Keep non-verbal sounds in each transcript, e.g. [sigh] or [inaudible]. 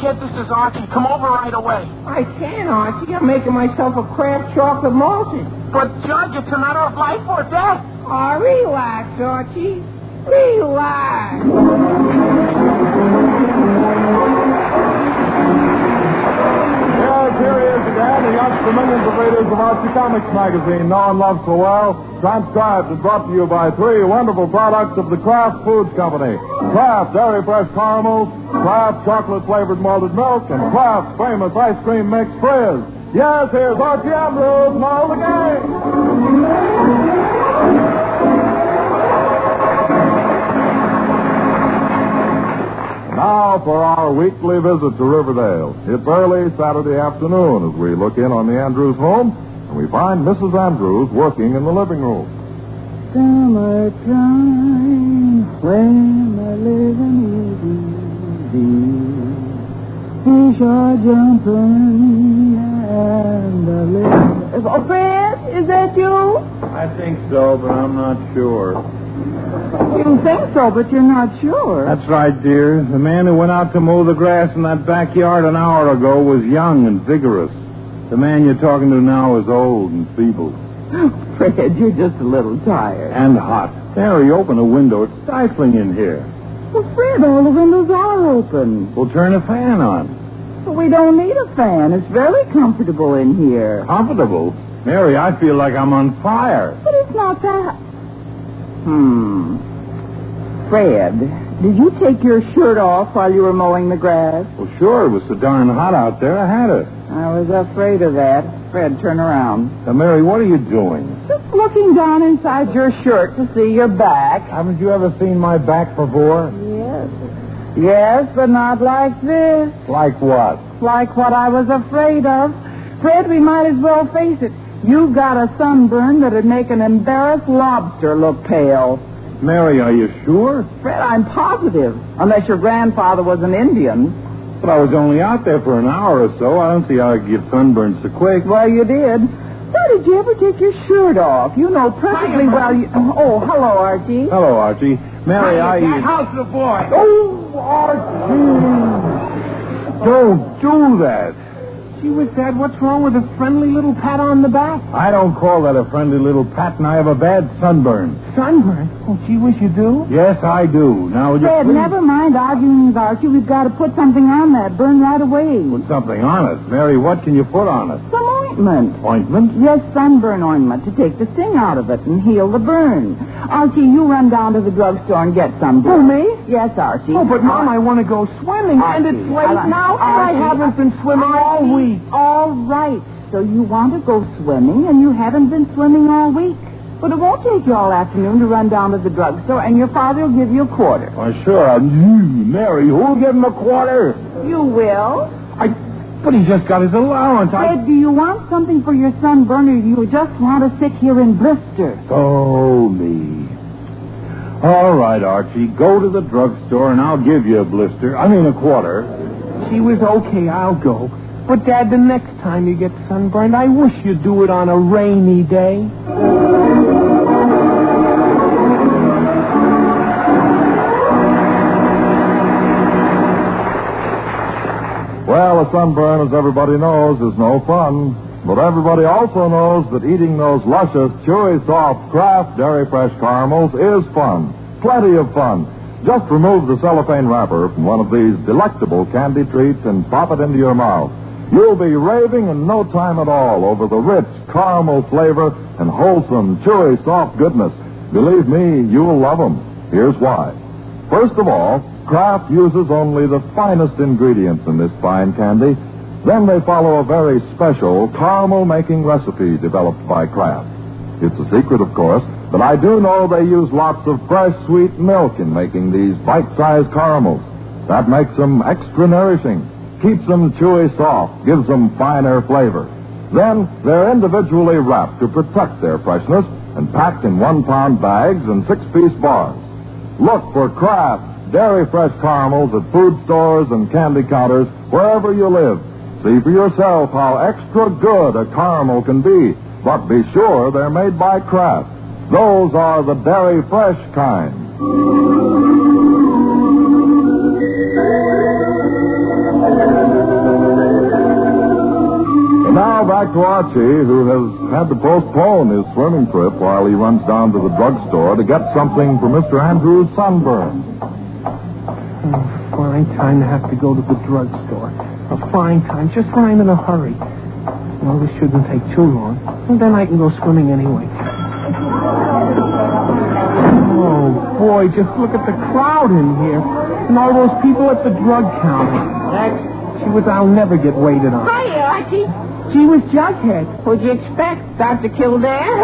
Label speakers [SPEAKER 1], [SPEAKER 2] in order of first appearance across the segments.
[SPEAKER 1] kid, this is Archie. Come over right away.
[SPEAKER 2] I can, Archie. I'm making myself a crab chocolate malted.
[SPEAKER 1] But, Judge, it's a matter of life or death.
[SPEAKER 3] Ah,
[SPEAKER 2] Oh, relax, Archie. Relax.
[SPEAKER 4] Yes, here he is again, the young familiars of readers of Archie Comics magazine, known and loved for a while. Transcribed and brought to you by three wonderful products of the Kraft Foods Company. Kraft Dairy Fresh Caramels, Kraft Chocolate Flavored Malted Milk, and Kraft's famous ice cream mix frizz. Yes, here's Archie Ambrose and all the gang. Now for our weekly visit to Riverdale. It's early Saturday afternoon as we look in on the Andrews home and we find Mrs. Andrews working in the living room.
[SPEAKER 3] Summertime, when the living is easy. Fish are jumping and the living...
[SPEAKER 2] Oh, Fred, is that you?
[SPEAKER 4] I think so, but I'm not sure.
[SPEAKER 3] You think so, but you're not sure.
[SPEAKER 4] That's right, dear. The man who went out to mow the grass in that backyard an hour ago was young and vigorous. The man you're talking to now is old and feeble
[SPEAKER 3] Fred, you're just a little tired.
[SPEAKER 4] and hot. Harry, open a window. It's stifling in here.
[SPEAKER 3] Well, Fred, all the windows are open.
[SPEAKER 4] We'll turn a fan on.
[SPEAKER 3] But we don't need a fan. It's very comfortable in here.
[SPEAKER 4] Comfortable? Mary, I feel like I'm on fire.
[SPEAKER 3] But it's not that. Hmm. Fred, did you take your shirt off while you were mowing the grass?
[SPEAKER 4] Well, sure, it was so darn hot out there. I had it.
[SPEAKER 3] I was afraid of that. Fred, turn around.
[SPEAKER 4] Now, Mary, what are you doing?
[SPEAKER 3] Just looking down inside your shirt to see your back.
[SPEAKER 4] Haven't you ever seen my back before?
[SPEAKER 3] Yes. Yes, but not like this.
[SPEAKER 4] Like what?
[SPEAKER 3] Like what I was afraid of. Fred, we might as well face it. You got a sunburn that'd make an embarrassed lobster look pale.
[SPEAKER 4] Mary, are you sure?
[SPEAKER 3] Fred, I'm positive. Unless your grandfather was an Indian.
[SPEAKER 4] But I was only out there for an hour or so. I don't see how I could get sunburned so quick.
[SPEAKER 3] Well, you did. Why did you ever take your shirt off? You know perfectly well you... Oh, hello, Archie.
[SPEAKER 4] Hello, Archie. Mary,
[SPEAKER 1] Get
[SPEAKER 4] I.
[SPEAKER 1] out, the boy.
[SPEAKER 4] Oh, Archie! Don't do that.
[SPEAKER 1] She was Dad. What's wrong with a friendly little pat on the back?
[SPEAKER 4] I don't call that a friendly little pat, and I have a bad sunburn.
[SPEAKER 1] Sunburn. Oh, gee whiz, you do?
[SPEAKER 4] Yes, I do. Now, would you
[SPEAKER 3] Fred,
[SPEAKER 4] please
[SPEAKER 3] never mind arguing with Archie. We've got to put something on that burn right away.
[SPEAKER 4] put something on it, Mary? What can you put on it?
[SPEAKER 3] Some ointment.
[SPEAKER 4] Ointment?
[SPEAKER 3] Yes, sunburn ointment to take the sting out of it and heal the burn. Archie, you run down to the drugstore and get some.
[SPEAKER 1] Oh,
[SPEAKER 3] dear.
[SPEAKER 1] me?
[SPEAKER 3] Yes, Archie.
[SPEAKER 1] Oh, but Mom, I want to go swimming, and
[SPEAKER 3] Archie,
[SPEAKER 1] it's late
[SPEAKER 3] I like-
[SPEAKER 1] now, and I
[SPEAKER 3] Archie,
[SPEAKER 1] haven't been swimming all
[SPEAKER 3] Archie,
[SPEAKER 1] week.
[SPEAKER 3] All right. So you want to go swimming, and you haven't been swimming all week. But it won't take you all afternoon to run down to the drugstore, and your father will give you a quarter.
[SPEAKER 4] Why, sure. I'm- You, Mary, who'll give him a quarter?
[SPEAKER 3] You will?
[SPEAKER 4] I. But he just got his allowance. I.
[SPEAKER 3] Fred, do you want something for your sunburn, or do you just want to sit here and blister?
[SPEAKER 4] Oh, me. All right, Archie. Go to the drugstore, and I'll give you a blister. I mean, a quarter.
[SPEAKER 1] She was okay, I'll go. But, Dad, the next time you get sunburned, I wish you'd do it on a rainy day.
[SPEAKER 4] Well, a sunburn, as everybody knows, is no fun. But everybody also knows that eating those luscious, chewy, soft Kraft Dairy Fresh caramels is fun. Plenty of fun. Just remove the cellophane wrapper from one of these delectable candy treats and pop it into your mouth. You'll be raving in no time at all over the rich caramel flavor and wholesome, chewy, soft goodness. Believe me, you'll love 'em. Here's why. First of all, Kraft uses only the finest ingredients in this fine candy. Then they follow a very special caramel making recipe developed by Kraft. It's a secret, of course, but I do know they use lots of fresh sweet milk in making these bite sized caramels. That makes them extra nourishing, keeps them chewy soft, gives them finer flavor. Then they're individually wrapped to protect their freshness and packed in one pound bags and six piece bars. Look for Kraft Dairy Fresh Caramels at food stores and candy counters wherever you live. See for yourself how extra good a caramel can be, but be sure they're made by Kraft. Those are the Dairy Fresh kind.
[SPEAKER 5] Now back to Archie, who has had to postpone his swimming trip while he runs down to the drugstore to get something for Mr. Andrews' sunburn.
[SPEAKER 6] Oh, Fine time to have to go to the drugstore. A fine time, just when I'm in a hurry. Well, this shouldn't take too long. And then I can go swimming anyway. Oh, boy, just look at the crowd in here. And all those people at the drug counter. Next. She was, I'll never get waited on.
[SPEAKER 1] Hi, Archie.
[SPEAKER 3] She was Jughead.
[SPEAKER 1] What'd you expect, Dr. Kildare?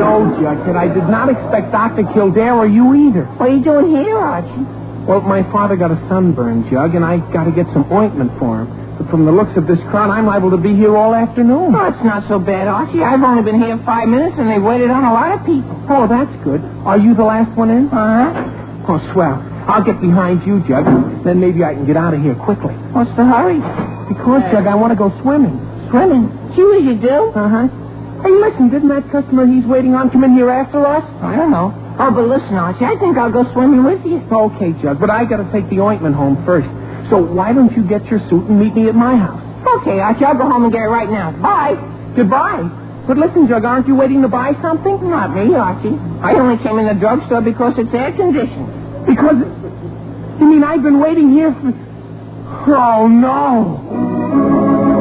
[SPEAKER 6] No, Judge, I did not expect Dr. Kildare or you either.
[SPEAKER 1] What are you doing here, Archie?
[SPEAKER 6] Well, my father got a sunburn, Jug, and I got to get some ointment for him. But from the looks of this crowd, I'm liable to be here all afternoon.
[SPEAKER 1] Oh, it's not so bad, Archie. I've only been here five minutes, and they've waited on a lot of people.
[SPEAKER 6] Oh, that's good. Are you the last one in?
[SPEAKER 1] Uh-huh.
[SPEAKER 6] Oh, swell. I'll get behind you, Jug. Then maybe I can get out of here quickly.
[SPEAKER 1] What's the hurry?
[SPEAKER 6] Because, Jug, I want to go swimming.
[SPEAKER 1] Swimming. See what you do?
[SPEAKER 6] Uh
[SPEAKER 4] Uh-huh.
[SPEAKER 6] huh. Hey, listen, didn't that customer he's waiting on come in here after us?
[SPEAKER 1] I don't know. Oh, but listen, Archie, I think I'll go swimming with you.
[SPEAKER 6] Okay, Jug, but I got to take the ointment home first. So why don't you get your suit and meet me at my house?
[SPEAKER 1] Okay, Archie, I'll go home and get it right now. Bye.
[SPEAKER 6] Goodbye. But listen, Jug, aren't you waiting to buy something?
[SPEAKER 1] Not me, Archie. I only came in the drugstore because it's air conditioned.
[SPEAKER 6] Because. You mean I've been waiting here for. Oh, no!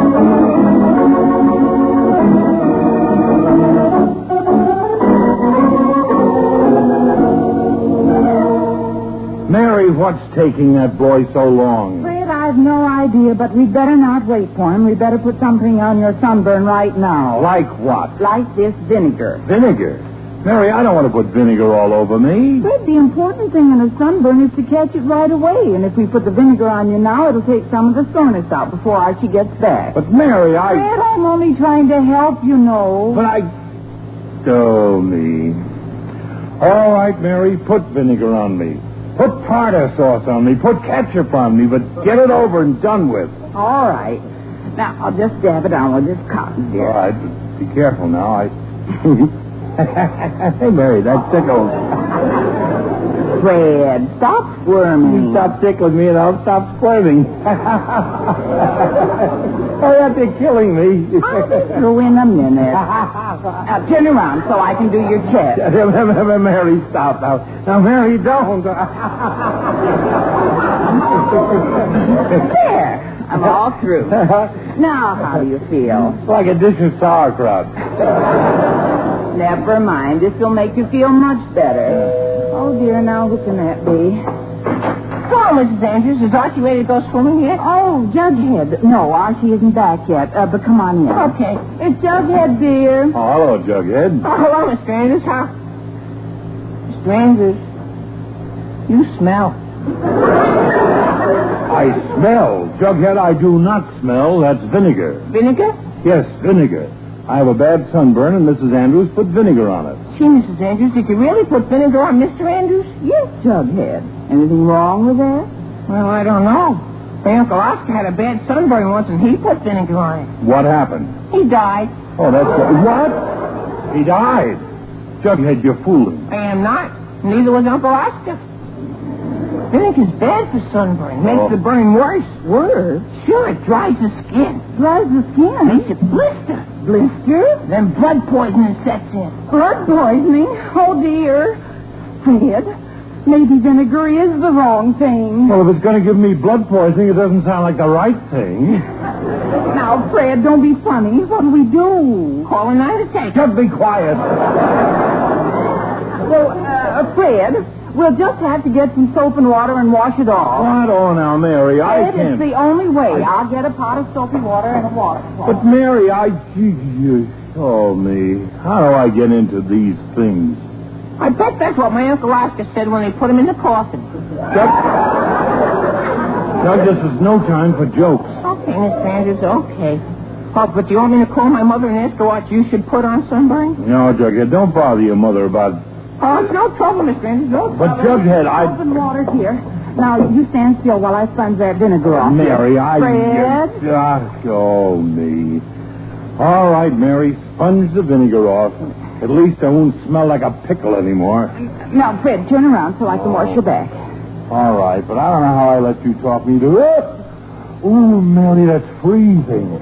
[SPEAKER 4] Mary, what's taking that boy so long?
[SPEAKER 3] Fred, I've no idea, but we'd better not wait for him. We'd better put something on your sunburn right now.
[SPEAKER 4] Like what?
[SPEAKER 3] Like this vinegar.
[SPEAKER 4] Vinegar. Mary, I don't want to put vinegar all over me.
[SPEAKER 3] Fred, the important thing in a sunburn is to catch it right away. And if we put the vinegar on you now, it'll take some of the soreness out before Archie gets back.
[SPEAKER 4] But Mary, I.
[SPEAKER 3] Fred, I'm only trying to help, you know.
[SPEAKER 4] But I. Oh, me. All right, Mary, put vinegar on me. Put tartar sauce on me. Put ketchup on me. But get it over and done with.
[SPEAKER 3] All right. Now, I'll just dab it on with this cotton,
[SPEAKER 4] All
[SPEAKER 3] dear.
[SPEAKER 4] right, but be careful now. I. [laughs] hey, Mary, that tickles.
[SPEAKER 3] Fred, stop squirming.
[SPEAKER 4] Stop tickling me and I'll stop
[SPEAKER 3] [laughs]
[SPEAKER 4] squirming. oh, that they're killing me. [laughs]
[SPEAKER 3] I'll just throw in a minute. now, turn around so I can do your chest.
[SPEAKER 4] Mary, stop now. Now, Mary, don't. [laughs]
[SPEAKER 3] There. I'm all
[SPEAKER 4] [laughs]
[SPEAKER 3] through. Now, how do you feel?
[SPEAKER 4] like a dish of sauerkraut.
[SPEAKER 3] Never mind. This will make you feel much better. Oh, dear, now who can that be?
[SPEAKER 1] Well, Mrs. Andrews, is Archie ready to go swimming yet?
[SPEAKER 3] Oh, Jughead. No, Archie isn't back yet, uh, but come on in.
[SPEAKER 1] Okay.
[SPEAKER 3] It's Jughead, dear.
[SPEAKER 4] Oh, hello, Jughead.
[SPEAKER 1] Oh, hello, Mr. Andrews. How? Mr. Andrews, you smell.
[SPEAKER 4] I smell. Jughead, I do not smell. That's vinegar.
[SPEAKER 1] Vinegar?
[SPEAKER 4] Yes, vinegar. I have a bad sunburn, and Mrs. Andrews put vinegar on it.
[SPEAKER 1] Gee, Mrs. Andrews, did you really put vinegar on Mr. Andrews?
[SPEAKER 3] Yes, Jughead. Anything wrong with that?
[SPEAKER 1] Well, I don't know. My Uncle Oscar had a bad sunburn once, and he put vinegar on
[SPEAKER 4] What happened?
[SPEAKER 1] it. He died.
[SPEAKER 4] Oh, that's what? He died. Jughead, you're fooling.
[SPEAKER 1] I am not. Neither was Uncle Oscar. Vinegar's bad for sunburn. Makes
[SPEAKER 4] Oh.
[SPEAKER 1] the burn worse.
[SPEAKER 3] Worse?
[SPEAKER 1] Sure, it dries the skin.
[SPEAKER 3] Dries the skin.
[SPEAKER 1] Makes it blister.
[SPEAKER 3] Blister?
[SPEAKER 1] Then blood poisoning sets in.
[SPEAKER 3] Blood poisoning? Oh, dear. Fred, maybe vinegar is the wrong thing.
[SPEAKER 4] Well, if it's going to give me blood poisoning, it doesn't sound like the right thing.
[SPEAKER 3] Now, Fred, don't be funny. What do we do?
[SPEAKER 1] Oh. Call a night attack.
[SPEAKER 4] Just be quiet.
[SPEAKER 3] Well, uh, Fred, we'll just have to get some soap and water and wash it off.
[SPEAKER 4] Quiet on now, Mary. I
[SPEAKER 3] Fred,
[SPEAKER 4] can't.
[SPEAKER 3] it's the only way. I'll get a pot of soap and water and a water
[SPEAKER 4] But, Mary, I. gee, You show me. How do I get into these things?
[SPEAKER 1] I bet that's what my Uncle Oscar said when they put him in the coffin.
[SPEAKER 4] Doug, Doug, this is no time for jokes.
[SPEAKER 1] Okay, Miss Sanders, okay. Oh, but do you want me to call my mother and ask her what you should put on sunburn?
[SPEAKER 4] No, Jughead, don't bother your mother about.
[SPEAKER 1] Oh, it's no trouble, Miss Sanders, no trouble.
[SPEAKER 4] But, Jughead,
[SPEAKER 3] Soap
[SPEAKER 4] I.
[SPEAKER 3] and water here. Now, you stand still while I sponge that vinegar off.
[SPEAKER 4] Mary, I.
[SPEAKER 3] Fred?
[SPEAKER 4] Ah, show me. All right, Mary, sponge the vinegar off. At least I won't smell like a pickle anymore.
[SPEAKER 3] Now, Fred, turn around so I can wash your back.
[SPEAKER 4] All right, but I don't know how I let you talk me to it. Ooh, Mary, that's freezing.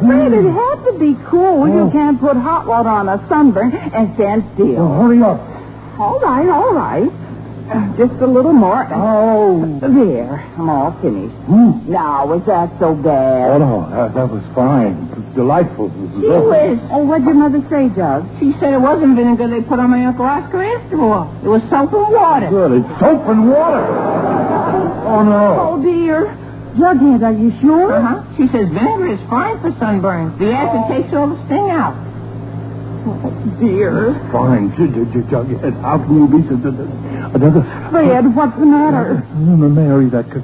[SPEAKER 3] Fred, it had to be cool. You can't put hot water on a sunburn and stand still.
[SPEAKER 4] Well, hurry up.
[SPEAKER 3] All right, all right. Uh, Just a little more.
[SPEAKER 4] [laughs] Oh.
[SPEAKER 3] There, I'm all finished.
[SPEAKER 4] Hmm.
[SPEAKER 3] Now, was that so
[SPEAKER 4] Oh,
[SPEAKER 3] bad?
[SPEAKER 4] no, that, that was fine. It's delightful. Mrs.
[SPEAKER 3] Gee
[SPEAKER 4] Wilson.
[SPEAKER 3] whiz. Oh, what'd your mother say, Doug?
[SPEAKER 1] She said it wasn't vinegar they put on my Uncle Oscar after all. It was soap and water.
[SPEAKER 4] Good. It's soap and water. Oh, no.
[SPEAKER 3] Oh, dear. Jughead, are you sure?
[SPEAKER 1] Uh-huh. She says vinegar is fine for sunburn. The acid
[SPEAKER 3] Oh.
[SPEAKER 1] takes all the sting out.
[SPEAKER 3] Dear.
[SPEAKER 4] Fine. J- j- j- Jughead, how can you be such a... Another...
[SPEAKER 3] Fred, what's the matter?
[SPEAKER 4] Mm, Mary, that c-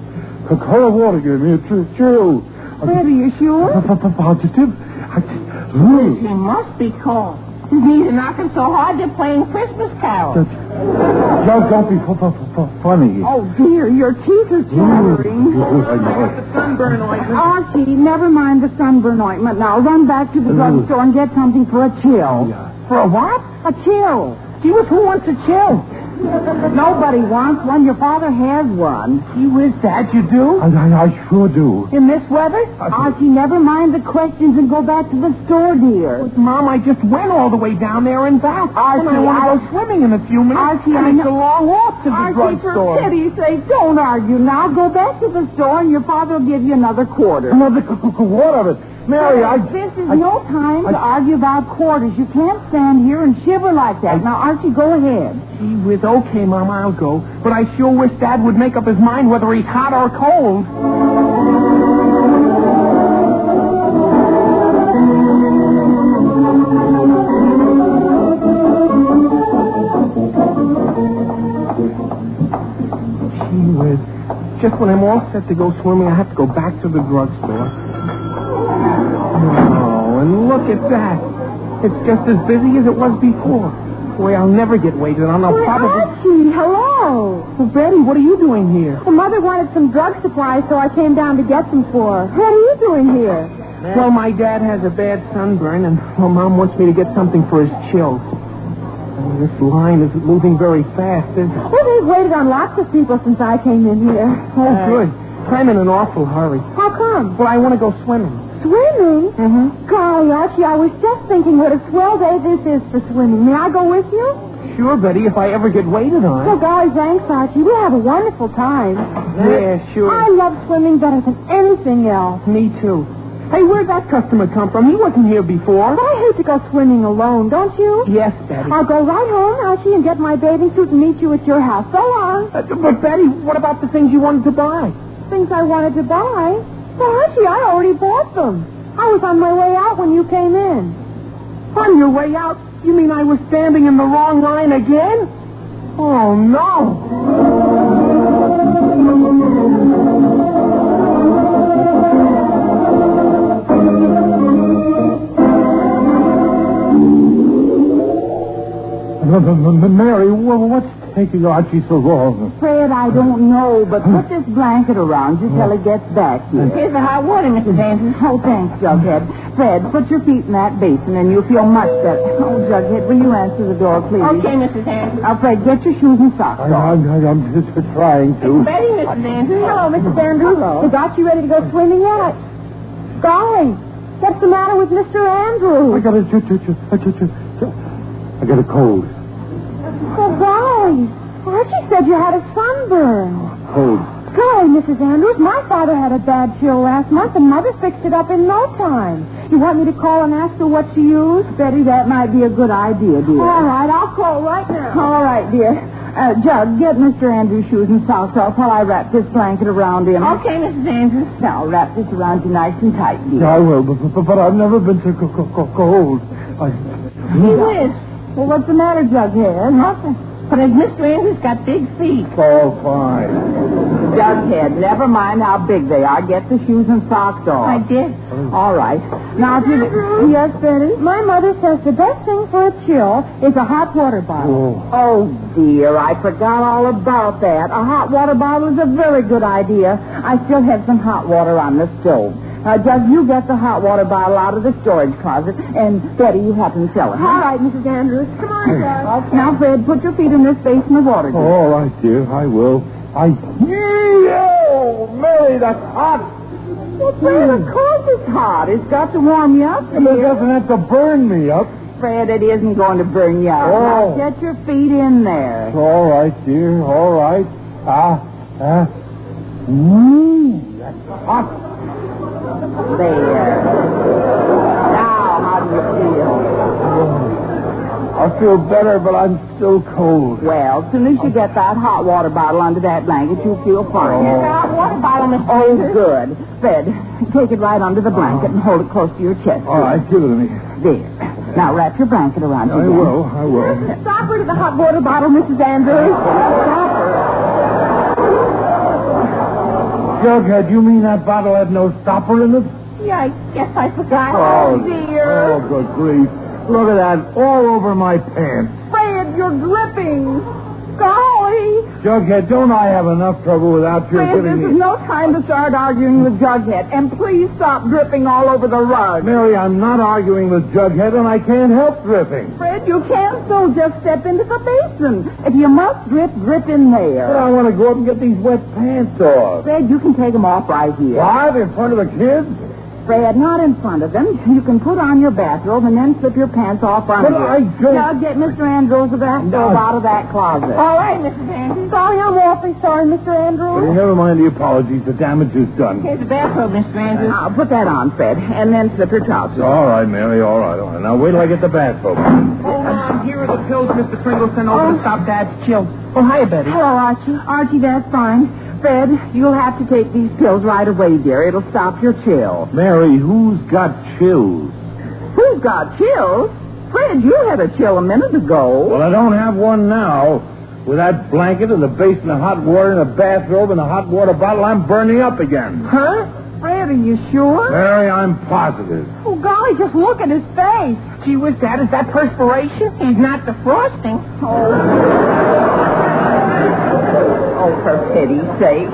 [SPEAKER 4] cocoa water gave me a tr- chill.
[SPEAKER 3] Fred, are you sure?
[SPEAKER 4] Positive. I just... Ooh.
[SPEAKER 1] She must be cold. His knees are knocking so hard they're playing Christmas carols.
[SPEAKER 4] Jug, don't be f- f- f- funny.
[SPEAKER 3] Oh, dear, your teeth are chattering.
[SPEAKER 4] Hmm.
[SPEAKER 6] Sunburn ointment.
[SPEAKER 3] Archie, never mind the sunburn ointment now. Run back to the drugstore and get something for a chill. For a what? A chill. Gee, whiz, who wants a chill? Nobody wants one. Your father has one. Gee whiz, that you do?
[SPEAKER 4] I, I, I sure do.
[SPEAKER 3] In this weather? Archie, never mind the questions and go back to the store, dear.
[SPEAKER 6] Mom, I just went all the way down there and back. and I
[SPEAKER 3] Archie,
[SPEAKER 6] want
[SPEAKER 3] I-
[SPEAKER 6] to go swimming in a few minutes.
[SPEAKER 3] Archie,
[SPEAKER 6] and
[SPEAKER 3] I
[SPEAKER 6] it's
[SPEAKER 3] know-
[SPEAKER 6] a long walk to Hmm? the
[SPEAKER 3] Archie, for
[SPEAKER 6] drugstore.
[SPEAKER 3] pity's sake, don't argue now. Go back to the store and your father will give you another quarter.
[SPEAKER 4] Another [laughs] c- c- water of it. Mary, I...
[SPEAKER 3] This is no time to argue about quarters. You can't stand here and shiver like that. Now, Archie, go ahead.
[SPEAKER 6] Gee whiz, okay, Mom, I'll go. But I sure wish Dad would make up his mind whether he's hot or cold. Gee whiz, just when I'm all set to go swimming, I have to go back to the drugstore. Oh, and look at that. It's just as busy as it was before. Boy, I'll never get waited on. I'll
[SPEAKER 3] Why,
[SPEAKER 6] probably...
[SPEAKER 3] Archie, hello.
[SPEAKER 6] Well, Betty, what are you doing here?
[SPEAKER 3] Well, Mother wanted some drug supplies, so I came down to get some for her. What are you doing here?
[SPEAKER 6] Well, my dad has a bad sunburn, and well, Mom wants me to get something for his chills. And this line isn't moving very fast, is it?
[SPEAKER 3] Well, they've waited on lots of people since I came in here.
[SPEAKER 6] Oh, good. I'm in an awful hurry.
[SPEAKER 3] How come?
[SPEAKER 6] Well, I want to go swimming.
[SPEAKER 3] Swimming?
[SPEAKER 6] Mm-hmm.
[SPEAKER 3] Golly, Archie, I was just thinking what a swell day this is for swimming. May I go with you?
[SPEAKER 6] Sure, Betty, if I ever get waited
[SPEAKER 3] Well,
[SPEAKER 6] on.
[SPEAKER 3] golly, thanks, Archie. We'll have a wonderful time.
[SPEAKER 6] Yeah, sure.
[SPEAKER 3] I love swimming better than anything else.
[SPEAKER 6] Me too. Hey, where'd that customer come from? He wasn't here before.
[SPEAKER 3] But I hate to go swimming alone, don't you?
[SPEAKER 6] Yes, Betty.
[SPEAKER 3] I'll go right home, Archie, and get my bathing suit and meet you at your house. So long.
[SPEAKER 6] Uh, but, Betty, what about the things you wanted to buy?
[SPEAKER 3] Things I wanted to buy. Well, Archie, I already bought them. I was on my way out when you came in.
[SPEAKER 6] On your way out, you mean I was standing in the wrong line again? Oh, no.
[SPEAKER 4] M- m- m- Mary, wha- what's taking Archie so long?
[SPEAKER 3] Fred, I don't know, but put this blanket around you till it gets back here.
[SPEAKER 1] Here's the hot water, Mrs. Andrews.
[SPEAKER 3] Oh, thanks, Jughead. Fred, put your feet in that basin and you'll feel much better. Oh, Jughead, will you answer the door, please?
[SPEAKER 1] Okay, Mrs. Andrews.
[SPEAKER 3] Now, Fred, get your shoes and socks
[SPEAKER 4] I, I, I, I'm just trying to.
[SPEAKER 1] Betty, Mrs. Andrews.
[SPEAKER 3] Hello, Mrs. Andrews. Hello. Is Archie ready to go swimming yet? Golly, what's the matter with Mr.
[SPEAKER 4] I
[SPEAKER 3] Andrews?
[SPEAKER 4] got a... ju- ju- ju- ju- ju- ju- ju- I got a cold.
[SPEAKER 3] Oh, golly. Archie said you had a sunburn.
[SPEAKER 4] Cold.
[SPEAKER 3] Golly, Mrs. Andrews, my father had a bad chill last month, and Mother fixed it up in no time. You want me to call and ask her what she used? Betty, that might be a good idea, dear. All right, I'll call right now. All right, dear. Uh, Jug, get Mr. Andrews' shoes and socks off while I wrap this blanket around him.
[SPEAKER 1] Okay, Mrs. Andrews.
[SPEAKER 3] Now, wrap this around you nice and tight, dear.
[SPEAKER 4] Yeah, I will, but, but, but I've never been so co- co- co- cold. I...
[SPEAKER 1] He is.
[SPEAKER 3] Well, what's the matter, Jughead?
[SPEAKER 1] Nothing. But has Mr. Andrews got big feet?
[SPEAKER 4] Oh, fine.
[SPEAKER 3] Jughead, never mind how big they are. Get the shoes and socks
[SPEAKER 1] I
[SPEAKER 3] off.
[SPEAKER 1] did.
[SPEAKER 3] All right. Now, if you... Yes, Betty? My mother says the best thing for a chill is a hot water bottle. Oh. dear. I forgot all about that. A hot water bottle is a very good idea. I still have some hot water on the stove. Uh, Jug, you get the hot water bottle out of the storage closet, and Betty, you help him fill it. All right, Mrs. Andrews. Come on, [clears throat] Jug. Now, Fred, put your feet in this basin of water.
[SPEAKER 4] Oh, all right, dear. I will. I. Oh, Mary, that's hot.
[SPEAKER 3] Well, Fred, of course it's hot. It's got to warm you up.
[SPEAKER 4] And it doesn't have to burn me up.
[SPEAKER 3] Fred, it isn't going to burn you up.
[SPEAKER 4] Oh.
[SPEAKER 3] Now get your feet in there.
[SPEAKER 4] All right, dear. All right. Ah, ah. Mmm, that's hot.
[SPEAKER 3] There. Now, how do you feel?
[SPEAKER 4] I feel better, but I'm still cold.
[SPEAKER 3] Well, as soon as you get that hot water bottle under that blanket, you'll feel fine.
[SPEAKER 4] Oh.
[SPEAKER 3] hot water bottle, Miss Oh, good. Fred, take it right under the blanket and hold it close to your chest.
[SPEAKER 4] All right, give it to me.
[SPEAKER 3] There. Now wrap your blanket around you.
[SPEAKER 4] I
[SPEAKER 3] again.
[SPEAKER 4] will. I will.
[SPEAKER 3] Stop her to the hot water bottle, Mrs.
[SPEAKER 4] [laughs]
[SPEAKER 3] Andrews. Stop her.
[SPEAKER 4] Jughead, you mean that bottle had no stopper in it?
[SPEAKER 1] Yeah, I guess I forgot.
[SPEAKER 4] Oh, good grief. Look at that, all over my pants.
[SPEAKER 3] Fred, you're dripping. Golly.
[SPEAKER 4] Jughead, don't I have enough trouble without your
[SPEAKER 3] Fred,
[SPEAKER 4] giving
[SPEAKER 3] this
[SPEAKER 4] me...
[SPEAKER 3] is no time to start arguing with Jughead. And please stop dripping all over the rug.
[SPEAKER 4] Mary, I'm not arguing with Jughead, and I can't help dripping.
[SPEAKER 3] Fred, you can still just step into the basin. If you must drip, drip in
[SPEAKER 4] But
[SPEAKER 3] there.
[SPEAKER 4] I want to go up and get these wet pants off.
[SPEAKER 3] Fred, you can take them off right here.
[SPEAKER 4] What? In front of the kids?
[SPEAKER 3] Fred, not in front of them. You can put on your bathrobe and then slip your pants off on
[SPEAKER 4] But
[SPEAKER 3] you.
[SPEAKER 4] I don't-
[SPEAKER 3] Now get Mr. Andrews of that stove out of that closet.
[SPEAKER 4] Oh,
[SPEAKER 1] All right, Mrs. Andrews.
[SPEAKER 3] Sorry, I'm awfully sorry, Mr. Andrews.
[SPEAKER 4] Never mind the apologies. The damage is done.
[SPEAKER 1] Here's the bathrobe, Mr. Andrews.
[SPEAKER 3] Now, put that on, Fred, and then slip your trousers.
[SPEAKER 4] All right, Mary, all right, all right. Now wait till I get the bathrobe.
[SPEAKER 1] Hold on. Here are the pills Mr. Pringle sent over to stop Dad's chill. Oh, hi, Betty.
[SPEAKER 3] Hello, Archie. Archie, that's fine. Fred, you'll have to take these pills right away, dear. It'll stop your chill.
[SPEAKER 4] Mary, who's got chills?
[SPEAKER 3] Who's got chills? Fred, you had a chill a minute ago.
[SPEAKER 4] Well, I don't have one now. With that blanket and the basin of hot water and a bathrobe and a hot water bottle, I'm burning up again.
[SPEAKER 3] Huh? Fred, are you sure?
[SPEAKER 4] Mary, I'm positive.
[SPEAKER 3] Oh, golly, just look at his face.
[SPEAKER 1] Gee whiz, Dad, is that perspiration? He's not the frosting. [laughs]
[SPEAKER 3] Oh, for pity's sake.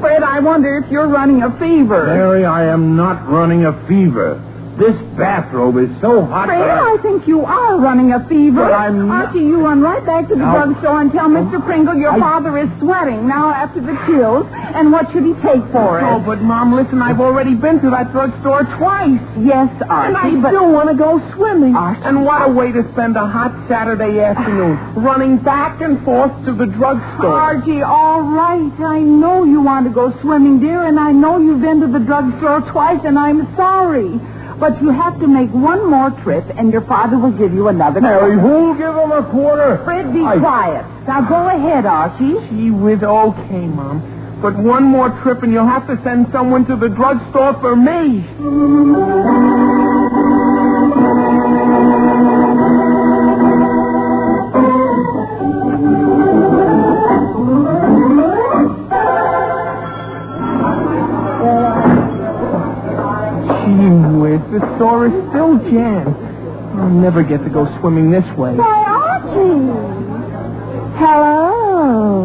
[SPEAKER 3] Fred, I wonder if you're running a fever.
[SPEAKER 4] Mary, I am not running a fever. This bathrobe is so hot.
[SPEAKER 3] Fred,
[SPEAKER 4] that I-
[SPEAKER 3] I think you are running a fever.
[SPEAKER 4] But I'm not-
[SPEAKER 3] Archie, you run right back to the
[SPEAKER 4] Now-
[SPEAKER 3] drugstore and tell
[SPEAKER 1] Oh.
[SPEAKER 3] Mr. Pringle your father is sweating now after the chills, and what should he take for
[SPEAKER 1] Oh,
[SPEAKER 3] it?
[SPEAKER 1] but Mom, listen, I've already been to that drugstore twice.
[SPEAKER 3] Yes,
[SPEAKER 1] And I
[SPEAKER 3] Archie, but...
[SPEAKER 1] still want to go swimming.
[SPEAKER 3] Archie.
[SPEAKER 1] And what a way to spend a hot Saturday afternoon, running back and forth to the drugstore.
[SPEAKER 3] Archie, all right. I know you want to go swimming, dear, and I know you've been to the drugstore twice, and I'm sorry. But you have to make one more trip, and your father will give you another
[SPEAKER 4] Mary,
[SPEAKER 3] quarter.
[SPEAKER 4] who'll give him a quarter?
[SPEAKER 3] Fred, be
[SPEAKER 4] I-
[SPEAKER 3] quiet. Now go ahead, Archie.
[SPEAKER 1] Gee whiz, okay, Mom. But one more trip and you'll have to send someone to the drugstore for me. Gee whiz, the store is still jammed. I'll never get to go swimming this way.
[SPEAKER 3] Why, Archie. Hello.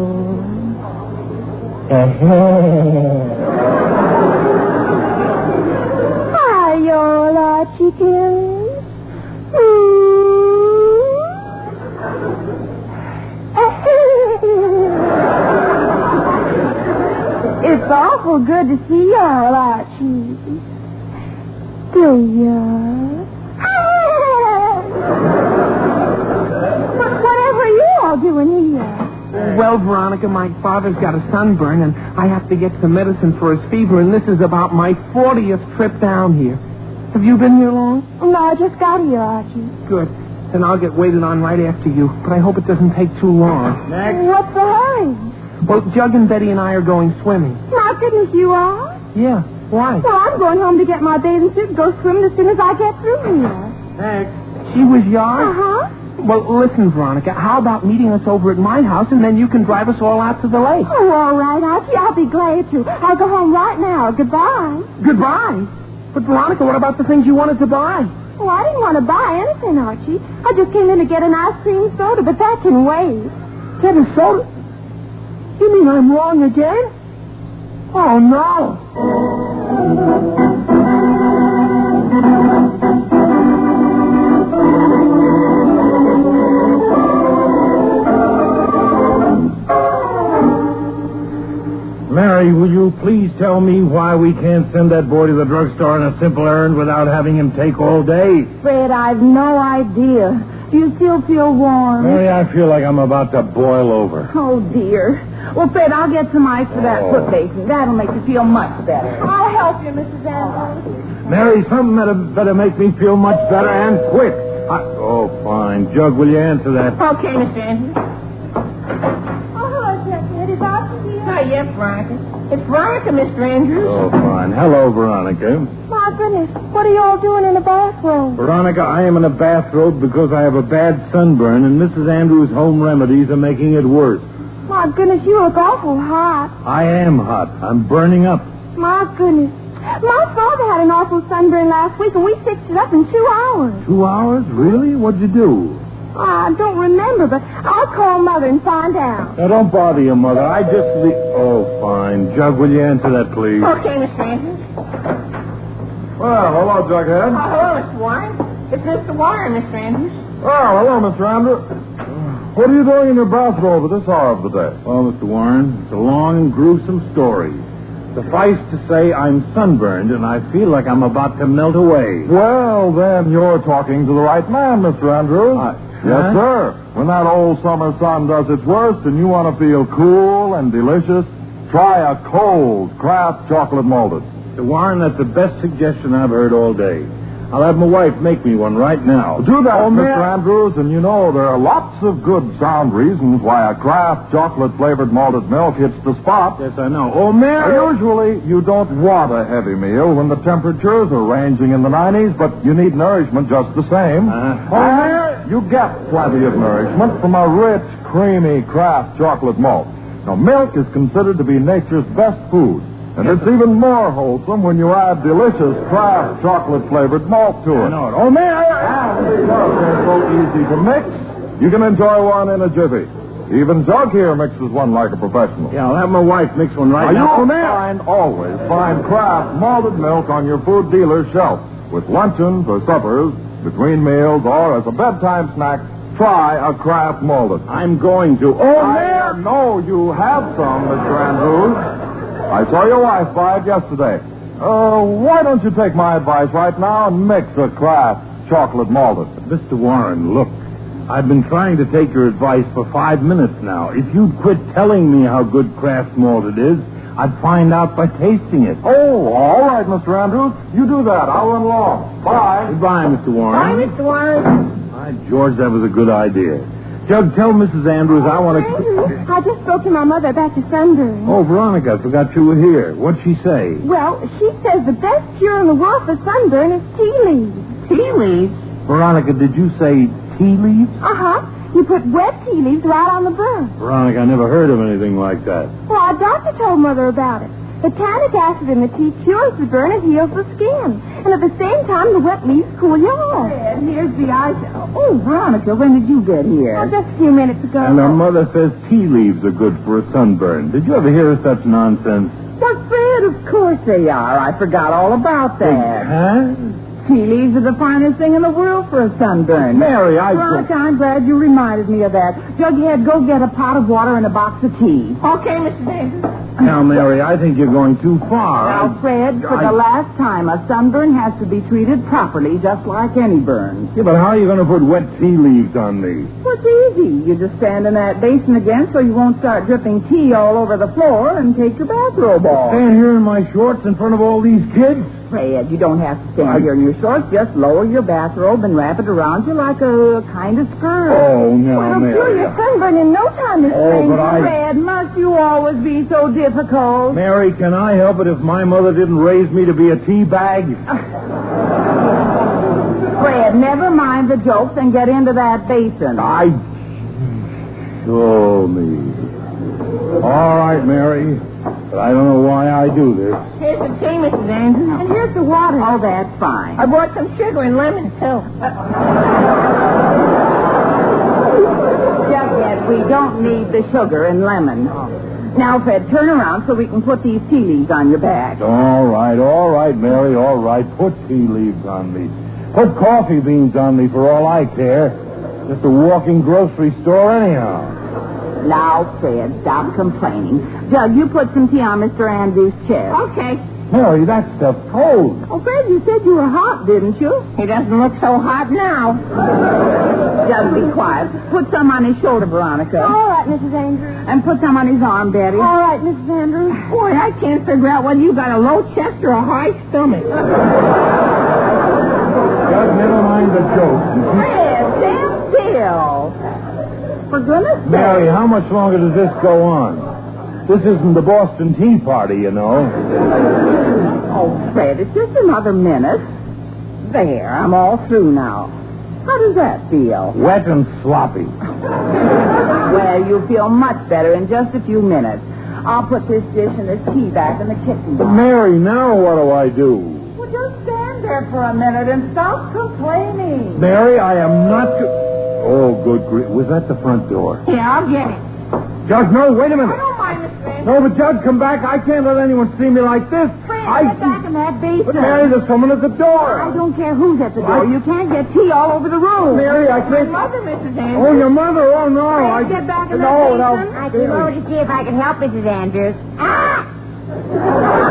[SPEAKER 4] Uh-huh.
[SPEAKER 3] Hi, all Archie girls. Hmm. [laughs] it's awful good to see y'all, Archie. Do ya? what, whatever you all doing here?
[SPEAKER 1] Well, Veronica, my father's got a sunburn, and I have to get some medicine for his fever, and this is about my 40th trip down here. Have you been here long?
[SPEAKER 3] No, I just got here, Archie.
[SPEAKER 1] Good. Then I'll get waited on right after you, but I hope it doesn't take too long.
[SPEAKER 3] What's the hurry?
[SPEAKER 1] Well, Jug and Betty and I are going swimming.
[SPEAKER 3] My goodness, you are.
[SPEAKER 1] Yeah. Why?
[SPEAKER 3] Well, I'm going home to get my bathing suit and go swimming as soon as I get through here.
[SPEAKER 1] She was yard?
[SPEAKER 3] Uh-huh.
[SPEAKER 1] Well, listen, Veronica, how about meeting us over at my house, and then you can drive us all out to the lake?
[SPEAKER 3] Oh, all right, Archie. I'll be glad to. I'll go home right now. Goodbye.
[SPEAKER 1] Goodbye. But, Veronica, what about the things you wanted to buy?
[SPEAKER 3] Oh, I didn't want to buy anything, Archie. I just came in to get an ice cream soda, but that can wait.
[SPEAKER 1] Get a soda? You mean I'm wrong again? Oh, no.
[SPEAKER 4] Mary, will you you please tell me why we can't send that boy to the drugstore on a simple errand without having him take all day?
[SPEAKER 3] Fred, I've no idea. Do you still feel warm?
[SPEAKER 4] Mary, I feel like I'm about to boil over.
[SPEAKER 3] Oh, dear. Well, Fred, I'll get some ice for that
[SPEAKER 4] Oh.
[SPEAKER 3] foot basin. That'll make you feel much better.
[SPEAKER 2] I'll help you, Mrs. Andrews.
[SPEAKER 4] Mary, something that'll better make me feel much better and quick. I... Oh, fine. Jug, will you answer that?
[SPEAKER 3] Okay, Mr. Andrews.
[SPEAKER 2] Oh, hello, Jughead. Is Archie here?
[SPEAKER 3] Hi, yes, Veronica. It's Veronica, Mr. Andrews.
[SPEAKER 4] Oh, fine. Hello, Veronica.
[SPEAKER 2] My goodness, what are you all doing in the bathroom?
[SPEAKER 4] Veronica, I am in a bathrobe because I have a bad sunburn, and Mrs. Andrews' home remedies are making it worse.
[SPEAKER 2] My goodness, you look awful hot.
[SPEAKER 4] I am hot. I'm burning up.
[SPEAKER 2] My goodness. My father had an awful sunburn last week, and we fixed it up in two hours. Ah,
[SPEAKER 4] Two hours? Really? What'd you do?
[SPEAKER 2] I don't remember, but I'll call Mother and find out.
[SPEAKER 4] Now, don't bother your mother. I just... Le- oh, fine. Jug, will you answer that, please?
[SPEAKER 3] Okay, Mr. Andrews.
[SPEAKER 5] Well, hello, Jughead.
[SPEAKER 3] Oh, hello, Mr. Warren. It's Mr. Warren, Mr. Andrews.
[SPEAKER 5] Oh, hello, Mr. Andrew. What are you doing in your bathrobe at this hour of the day?
[SPEAKER 4] Well, Mr. Warren, it's a long and gruesome story. Suffice to say, I'm sunburned, and I feel like I'm about to melt away.
[SPEAKER 5] Well, then you're talking to the right man, Mr. Andrews.
[SPEAKER 4] I-
[SPEAKER 5] yes,
[SPEAKER 4] Huh?
[SPEAKER 5] sir. When that old summer sun does its worst and you want to feel cool and delicious, try a cold Kraft chocolate malted.
[SPEAKER 4] Mr. Warren, that's the best suggestion I've heard all day. I'll have my wife make me one right now.
[SPEAKER 5] Do that,
[SPEAKER 4] Oh,
[SPEAKER 5] Mr.
[SPEAKER 4] may I-
[SPEAKER 5] Andrews, and you know there are lots of good sound reasons why a Kraft chocolate flavored malted milk hits the spot.
[SPEAKER 4] Yes, I know. Oh, Mary.
[SPEAKER 5] Usually, you don't want a heavy meal when the temperatures are ranging in the 90s, but you need nourishment just the same.
[SPEAKER 4] Uh-huh.
[SPEAKER 5] Oh, Mary, you get plenty of nourishment from a rich, creamy Kraft chocolate malt. Now, milk is considered to be nature's best food, and it's even more wholesome when you add delicious Kraft chocolate flavored malt to
[SPEAKER 4] I
[SPEAKER 5] it.
[SPEAKER 4] know it. Oh, Mary.
[SPEAKER 5] And because they're so easy to mix, you can enjoy one in a jiffy. Even Jug here mixes one like a professional.
[SPEAKER 4] Yeah, I'll have my wife mix one right
[SPEAKER 5] Now,
[SPEAKER 4] now.
[SPEAKER 5] you'll find always find Kraft malted milk on your food dealer's shelf with luncheons or suppers, between meals, or as a bedtime snack. Try a Kraft malted.
[SPEAKER 4] I'm going to. Oh,
[SPEAKER 5] I know you have some, Mr. Andrews. I saw your wife buy it yesterday. Uh, why don't you take my advice right now and mix a Kraft chocolate malted?
[SPEAKER 4] Mr. Warren, look. I've been trying to take your advice for five minutes now. If you'd quit telling me how good Kraft malted is, I'd find out by tasting it.
[SPEAKER 5] Oh, all right, Mr. Andrews. You do that. I'll run along. Bye.
[SPEAKER 4] Goodbye, Mr.
[SPEAKER 3] Hi,
[SPEAKER 4] Warren.
[SPEAKER 3] Mr. Warren.
[SPEAKER 4] My George, that was a good idea. Jug, tell Mrs. Andrews I want to.
[SPEAKER 2] Andrew, I just spoke to my mother about your sunburn.
[SPEAKER 4] Oh, Veronica, I forgot you were here. What'd she say?
[SPEAKER 2] Well, she says the best cure in the world for sunburn is tea leaves.
[SPEAKER 3] Tea leaves.
[SPEAKER 4] Veronica, did you say tea leaves?
[SPEAKER 2] Uh-huh. You put wet tea leaves right on the burn.
[SPEAKER 4] Veronica, I never heard of anything like that.
[SPEAKER 2] Well, our doctor told Mother about it. The tannic acid in the tea cures the burn and heals the skin. And at the same time, the wet leaves cool you off.
[SPEAKER 3] And here's the ice. Oh, Veronica, when did you get here?
[SPEAKER 2] Oh, just a few minutes ago.
[SPEAKER 4] And her mother says tea leaves are good for a sunburn. Did you ever hear such nonsense?
[SPEAKER 3] But Fred, of course they are. I forgot all about that.
[SPEAKER 4] Huh?
[SPEAKER 3] Tea leaves are the finest thing in the world for a sunburn.
[SPEAKER 4] Mary, I.
[SPEAKER 3] Veronica, I'm glad you reminded me of that. Jughead, go get a pot of water and a box of tea. Okay, Mr. Davis.
[SPEAKER 4] Now, Mary, I think you're going too far.
[SPEAKER 3] Now, Fred, for
[SPEAKER 4] I-
[SPEAKER 3] the last time, a sunburn has to be treated properly, just like any burn.
[SPEAKER 4] Yeah, but how are you going to put wet tea leaves on me?
[SPEAKER 3] Well, it's easy. You just stand in that basin again so you won't start dripping tea all over the floor and take your bathrobe off.
[SPEAKER 4] Stand here in my shorts in front of all these kids?
[SPEAKER 3] Fred, you don't have to stand
[SPEAKER 4] I-
[SPEAKER 3] here in your shorts. Just lower your bathrobe and wrap it around you like a kind of skirt.
[SPEAKER 4] Oh, no,
[SPEAKER 2] It'll cure
[SPEAKER 4] Mary.
[SPEAKER 2] your sunburn in no time, Miss
[SPEAKER 4] Oh,
[SPEAKER 2] Stranger.
[SPEAKER 4] but I.
[SPEAKER 3] Fred, must you always be so difficult?
[SPEAKER 4] Mary, can I help it if my mother didn't raise me to be a tea bag?
[SPEAKER 3] Fred, never mind the jokes and get into that basin.
[SPEAKER 4] I. Show me. All right, Mary. But I don't know why I do this.
[SPEAKER 3] Here's the tea, Mrs. Andrews. And here's the water. Oh, that's fine. I brought some sugar and lemon, too. Just yet, we don't need the sugar and lemon. Now, Fred, turn around so we can put these tea leaves on your back.
[SPEAKER 4] All right, all right, Mary, all right. Put tea leaves on me. Put coffee beans on me for all I care. Just a walking grocery store, anyhow.
[SPEAKER 3] Now, Fred, stop complaining. Jug, you put some tea on Mr. Andrews' chest. Okay.
[SPEAKER 4] Mary, that's the cold.
[SPEAKER 3] Oh, Fred, you said you were hot, didn't you? He doesn't look so hot [laughs] now. Jug, be quiet. Put some on his shoulder, Veronica.
[SPEAKER 2] All right, Mrs. Andrews.
[SPEAKER 3] And put some on his arm, Betty.
[SPEAKER 2] All right, Mrs. Andrews.
[SPEAKER 3] Oh, Boy, I can't figure out whether you got a low chest or a high stomach.
[SPEAKER 4] Judge, never mind the joke.
[SPEAKER 3] Fred, stand still. For goodness sake.
[SPEAKER 4] Mary, how much longer does this go on? This isn't the Boston Tea Party, you know.
[SPEAKER 3] Oh, Fred, it's just another minute. There, I'm all through now. How does that feel?
[SPEAKER 4] Wet and sloppy.
[SPEAKER 3] Well, you'll feel much better in just a few minutes. I'll put this dish and this tea back in the kitchen.
[SPEAKER 4] But Mary, now what do I do?
[SPEAKER 3] Well, just stand there for a minute and stop complaining.
[SPEAKER 4] Mary, I am not. Go- oh, good grief! Was that the front door?
[SPEAKER 3] Yeah, I'll get it.
[SPEAKER 4] Judge, no, wait a minute.
[SPEAKER 2] don't mind, Mrs. Andrews.
[SPEAKER 4] No, but Judge, come back. I can't let anyone see me like this.
[SPEAKER 2] Fred,
[SPEAKER 4] I.
[SPEAKER 2] get back in that
[SPEAKER 4] But
[SPEAKER 2] basement.
[SPEAKER 4] Mary, there's someone at the
[SPEAKER 2] I
[SPEAKER 4] door.
[SPEAKER 2] don't care who's at the door. You can't get tea all over the room.
[SPEAKER 4] Mary, I can't.
[SPEAKER 2] mother, Mrs.
[SPEAKER 4] Oh, your mother? Oh no! I
[SPEAKER 2] get back in
[SPEAKER 4] no,
[SPEAKER 2] that
[SPEAKER 4] no.
[SPEAKER 2] basement. I came over to see if I could help Mrs. Andrews. Ah!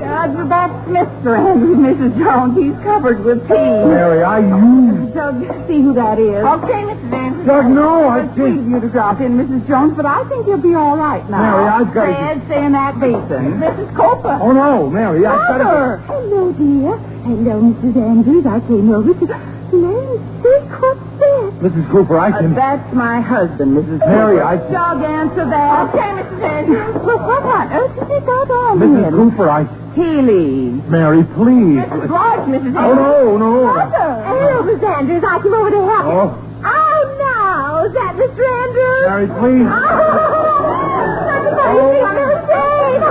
[SPEAKER 3] Judge, that's Mr. Andrews, Mrs. Jones. He's covered with tea.
[SPEAKER 4] Mary, I you.
[SPEAKER 3] Doug, see who that is. Okay, Mrs. Andrews.
[SPEAKER 4] Doug, no, I
[SPEAKER 3] It's sweet
[SPEAKER 4] think.
[SPEAKER 3] of you to drop in, Mrs. Jones, but I think you'll be all right now.
[SPEAKER 4] Mary, I've got to-
[SPEAKER 3] Fred, stay in that basin. Mrs. Copa.
[SPEAKER 4] Oh no, Mary, I gotta.
[SPEAKER 3] Mother!
[SPEAKER 2] Hello, dear. Hello, Mrs. Andrews. I came over to... Namesake, what's this?
[SPEAKER 4] Mrs. Cooper, I
[SPEAKER 3] Uh,
[SPEAKER 4] can.
[SPEAKER 3] that's my husband, Mrs.
[SPEAKER 4] Mary,
[SPEAKER 3] Cooper.
[SPEAKER 4] I-
[SPEAKER 3] Doug, answer that. Okay, Mrs. Andrews. well, what on earth is it going on
[SPEAKER 4] Mrs.
[SPEAKER 3] here?
[SPEAKER 4] Cooper, I.
[SPEAKER 3] Healy.
[SPEAKER 4] Mary, please.
[SPEAKER 3] Lodge, Mrs.
[SPEAKER 4] Oh no, no.
[SPEAKER 2] Hello, Mrs. Andrews. I came over to help.
[SPEAKER 4] Oh,
[SPEAKER 2] Oh, now. Is that Mr. Andrews?
[SPEAKER 4] Mary, please.
[SPEAKER 2] Oh, that's what you think they're saying.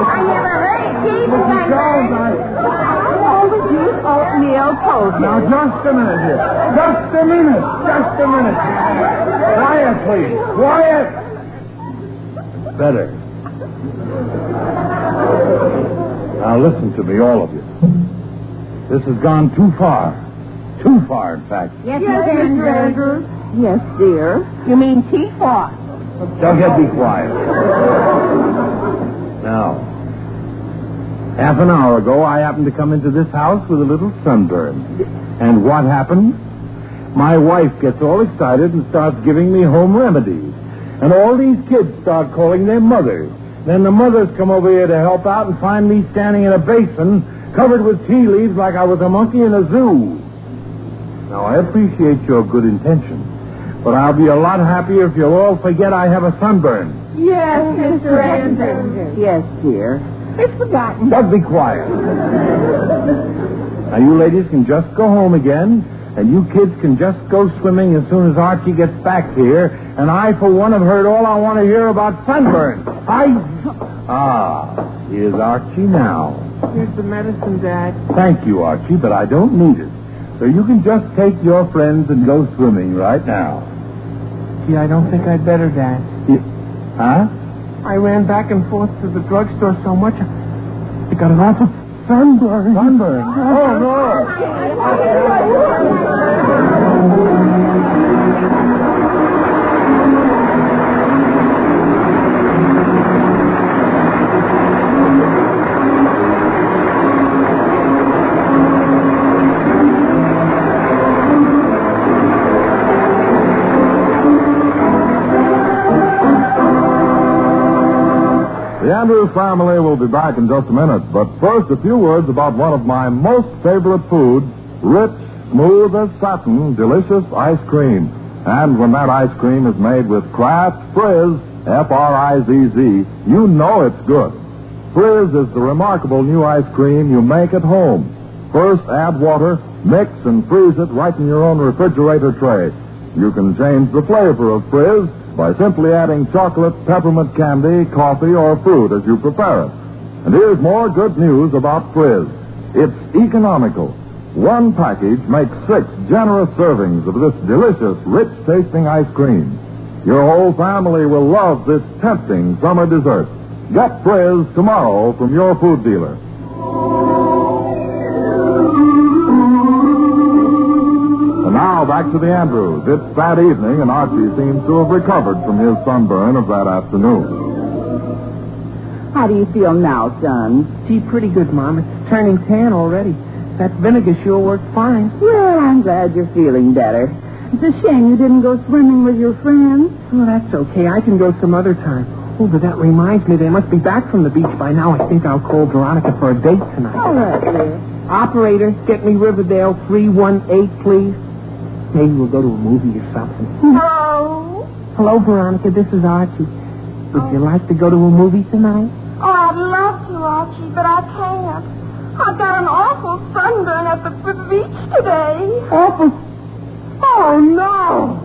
[SPEAKER 2] I never heard it, Chief.
[SPEAKER 4] Mrs. Jones, I.
[SPEAKER 3] Oatmeal toast.
[SPEAKER 4] Now, just a minute here. Just a minute. Just a minute. Quiet, please. Quiet. Better. Now, listen to me, all of you. This has gone too far. Too far, in fact.
[SPEAKER 2] Yes, Mr. Andrews.
[SPEAKER 3] Yes, dear. You mean tea pot?
[SPEAKER 4] Jughead, be quiet. Now, half an hour ago, I happened to come into this house with a little sunburn. And what happened? My wife gets all excited and starts giving me home remedies. And all these kids start calling their mothers. Then the mothers come over here to help out and find me standing in a basin covered with tea leaves like I was a monkey in a zoo. Now, I appreciate your good intentions, but I'll be a lot happier if you'll all forget I have a sunburn.
[SPEAKER 3] Yes, Mr. Andrews. Yes, dear. It's forgotten.
[SPEAKER 4] Doug, be quiet. now, you ladies can just go home again, and you kids can just go swimming as soon as Archie gets back here. And I, for one, have heard all I want to hear about sunburn. I. Ah, here's Archie now.
[SPEAKER 1] Here's the medicine, Dad.
[SPEAKER 4] Thank you, Archie, but I don't need it. So you can just take your friends and go swimming right now.
[SPEAKER 1] Gee, I don't think I'd better, Dad.
[SPEAKER 4] You- Huh?
[SPEAKER 1] I ran back and forth to the drugstore so much, I got an awful sunburn.
[SPEAKER 6] [laughs]
[SPEAKER 4] Sunburn. Oh, no.
[SPEAKER 5] The Andrews family will be back in just a minute, but first a few words about one of my most favorite foods, rich, smooth as satin, delicious ice cream. And when that ice cream is made with Kraft Frizz, F-R-I-Z-Z, you know it's good. Frizz is the remarkable new ice cream you make at home. First, add water, mix and freeze it right in your own refrigerator tray. You can change the flavor of frizz by simply adding chocolate, peppermint candy, coffee, or fruit as you prepare it. And here's more good news about frizz. It's economical. One package makes six generous servings of this delicious, rich tasting ice cream. Your whole family will love this tempting summer dessert. Get frizz tomorrow from your food dealer. And
[SPEAKER 4] Now back to the Andrews. It's that evening, and Archie seems to have recovered from his sunburn of that afternoon.
[SPEAKER 3] How do you feel now, son?
[SPEAKER 6] Gee, pretty good, Mom. It's turning tan already. That vinegar sure worked fine.
[SPEAKER 3] Well, I'm glad you're feeling better. It's a shame you didn't go swimming with your friends.
[SPEAKER 6] Oh, that's okay. I can go some other time. Oh, but that reminds me, they must be back from the beach by now. I think I'll call Veronica for a date tonight.
[SPEAKER 3] All right, dear.
[SPEAKER 6] Operator, get me Riverdale 318, please. Maybe we'll go to a movie or something.
[SPEAKER 7] Hello?
[SPEAKER 6] Hello, Veronica. This is Archie. Would you like to go to a movie tonight?
[SPEAKER 7] Oh, I'd love to, Archie, but I can't. I got an awful sunburn at the, the beach today.
[SPEAKER 3] Awful. Oh, no.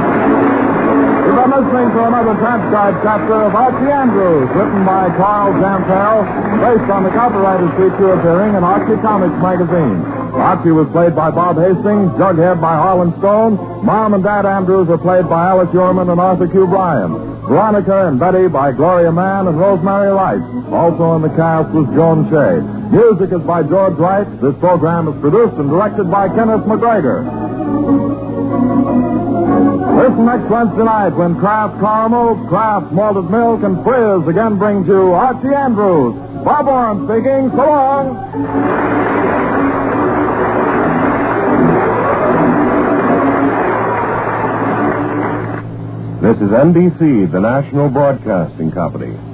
[SPEAKER 4] You've been listening to another transcribed chapter of Archie Andrews, written by Carl Zampel, based on the copyrighted feature appearing in Archie Comics magazine. Archie was played by Bob Hastings, Jughead by Harlan Stone, Mom and Dad Andrews were played by Alice Yorman and Arthur Q. Bryan, Veronica and Betty by Gloria Mann and Rosemary Light. Also in the cast was Joan Shea. Music is by George Wright. This program is produced and directed by Kenneth McGregor. Listen next Wednesday night when Kraft Caramel, Kraft Malted Milk, and Frizz again brings you Archie Andrews. Bob Orrin speaking. So long.
[SPEAKER 8] This is NBC, the national broadcasting company.